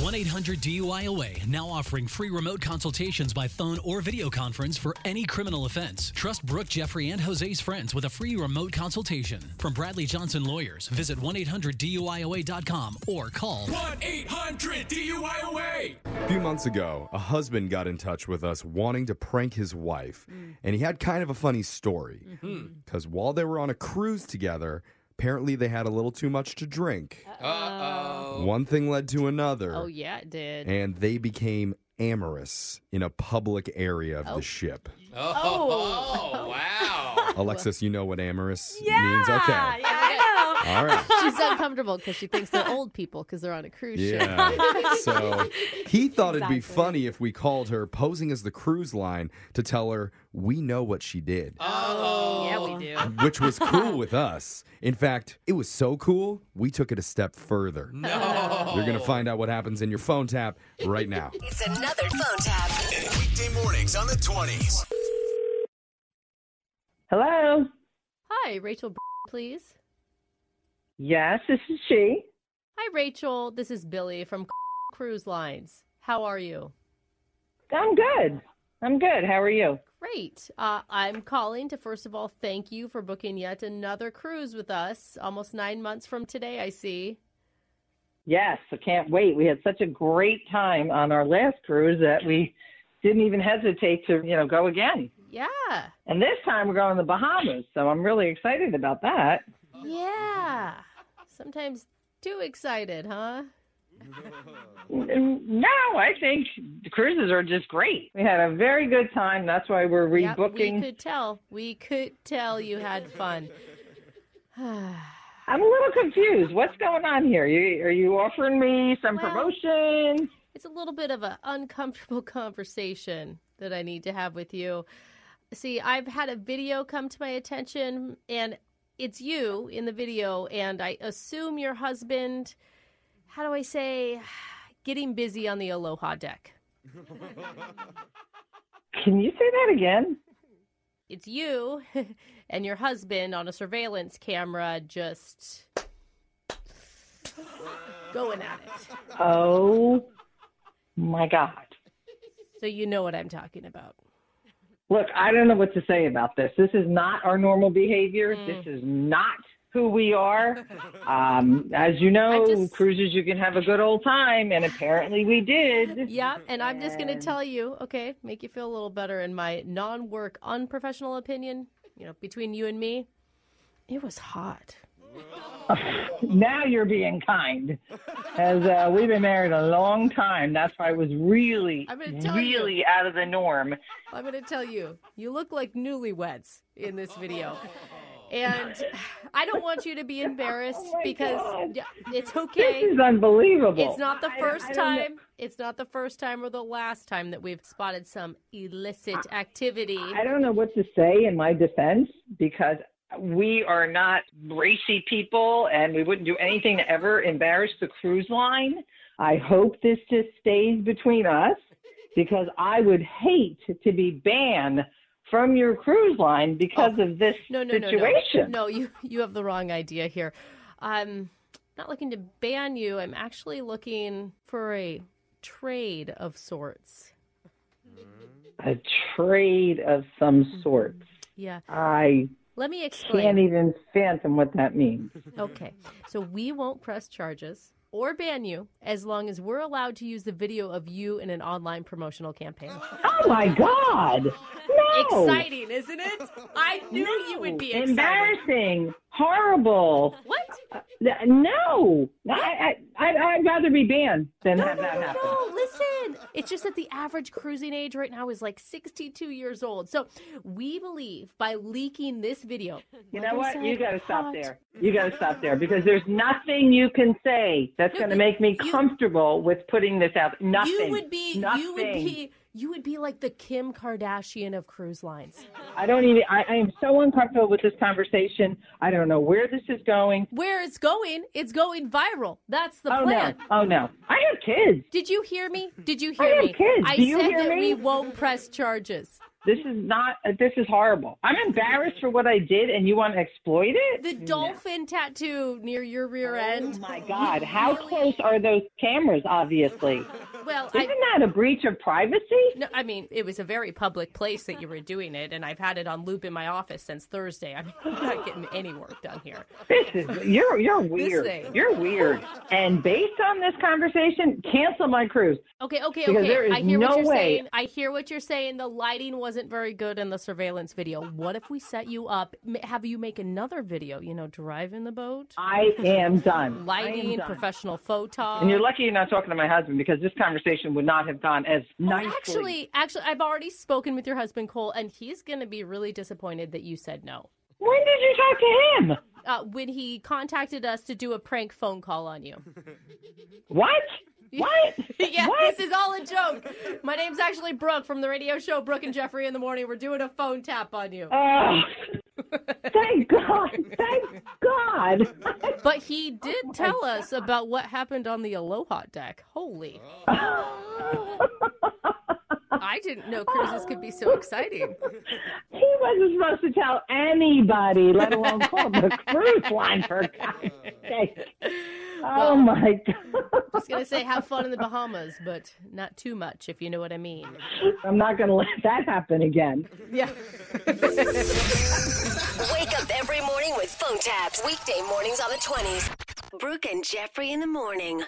1 800 DUIOA now offering free remote consultations by phone or video conference for any criminal offense. Trust Brooke, Jeffrey, and Jose's friends with a free remote consultation. From Bradley Johnson Lawyers, visit 1 800 DUIOA.com or call 1 800 DUIOA. A few months ago, a husband got in touch with us wanting to prank his wife, Mm. and he had kind of a funny story. Mm-hmm. Because while they were on a cruise together, apparently they had a little too much to drink. Uh-oh. One thing led to another, Oh yeah, it did. and they became amorous in a public area of the ship. Oh. Oh, wow. Alexis, you know what amorous means? Okay. I All right. She's uncomfortable because she thinks they're old people because they're on a cruise ship. Yeah. so he thought it'd be Exactly. funny if we called her posing as the cruise line to tell her we know what she did, Oh. Yeah, we do. which was cool with us. In fact, it was so cool, we took it a step further. No. You're going to find out what happens in your phone tap right now. It's another phone tap. Weekday mornings on the 20s. Hello. Hi, Rachel, please. Yes, this is she. Hi, Rachel. This is Billy from Cruise Lines. How are you? I'm good. I'm good. How are you? Great. Uh, I'm calling to first of all thank you for booking yet another cruise with us. Almost nine months from today, I see. Yes, I can't wait. We had such a great time on our last cruise that we didn't even hesitate to, you know, go again. Yeah. And this time we're going to the Bahamas, so I'm really excited about that. Yeah. Sometimes too excited, huh? Mm, No, I think the cruises are just great. We had a very good time. That's why we're Yep, we rebooking. could tell. We could tell you had fun. I'm a little confused. What's going on here? You, are you offering me some Well- promotion? It's a little bit of an uncomfortable conversation that I need to have with you. See, I've had a video come to my attention, and it's you in the video, and I assume your husband, how do I say, getting busy on the Aloha deck. Can you say that again? It's you and your husband on a surveillance camera just going at it. Oh my God. So you know what I'm talking about. Look, I don't know what to say about this. This is not our normal behavior. Mm. This is not who we are. Um, as you know, just- cruises, you can have a good old time, and apparently we did. Yeah, and I'm just going to Mm-hmm. And- tell you, okay, make you feel a little better in my non work, unprofessional opinion, you know, between you and me, it was hot. Now you're being kind. As uh, we've been married a long time, that's why I was really, I'm gonna tell you. really out of the norm. I'm going to tell you, you look like newlyweds in this video. And I don't want you to be embarrassed Oh my because God. yeah, it's okay. This is unbelievable. It's not the I- first I don't know- time. It's not the first time or the last time that we've spotted some illicit activity. I don't know what to say in my defense because we are not racy people and we wouldn't do anything to ever embarrass the cruise line. I hope this just stays between us because I would hate to be banned from your cruise line because of this Oh. no, no, no, no, situation. no. You you have the wrong idea here. I'm not looking to ban you. I'm actually looking for a trade of sorts. A trade of Mm-hmm. some sort. Yeah. I Let me explain. can't even phantom what that means. Okay. So we won't press charges or ban you as long as we're allowed to use the video of you in an online promotional campaign. Oh my God! No! Exciting, isn't it? I knew you would be excited. Embarrassing, horrible. What? Th- No, I, I, I, I'd rather be banned than have that happen. No, listen. It's just that the average cruising age right now is like 62 years old. So we believe by leaking this video, You like know I what? said, You got to stop hot. there. You got to stop there because there's nothing you can say that's No, going to you- make me you- comfortable with putting this out. Nothing. You would be. Nothing. You would be. You would be like the Kim Kardashian of cruise lines. I don't even. I, I am so uncomfortable with this conversation. I don't know where this is going. Where it's going, it's going viral. That's the Oh no! plan. Oh no! I have kids. Did you hear me? Did you I hear have me? kids. I Do you said hear that we me? won't press charges. This is not. This is horrible. I'm embarrassed for what I did, and you want to exploit it? The dolphin tattoo near your rear end. Oh my God, how close are those cameras? Obviously, Well, I, isn't that a breach of privacy? no, I mean, it was a very public place that you were doing it, and I've had it on loop in my office since Thursday. I mean, I'm not getting any work done here. This is you're you're weird. thing. You're weird. And based on this conversation, cancel my cruise. Okay, okay, Because there okay. is I hear no what you're way- saying. I hear what you're saying. The lighting wasn't very good in the surveillance video. What if we set you up? m- Have you make another video? You know, driving the boat, I am done. I am lighting, done. professional photo. And you're lucky you're not talking to my husband because this conversation would not have gone as nicely. Oh, Actually, actually, I've already spoken with your husband Cole, and he's going to be really disappointed that you said no. when did you talk to him? Uh, when he contacted us to do a prank phone call on you. What? What? yeah, What? this is all a joke. My name's actually Brooke from the radio show Brooke and Jeffrey in the Morning. We're doing a phone tap on you. Oh, thank God! Thank God! But he Oh did tell us about what happened on the Aloha deck. Holy. I didn't know cruises could be so exciting. He wasn't supposed to tell anybody, let alone call the cruise line for God's sake. Oh my God! Just going to say have fun in the Bahamas, but not too much, if you know what I mean. I'm not going to let that happen again. Yeah. Wake up every morning with phone taps. Weekday mornings on the 20s. Brooke and Jeffrey in the morning.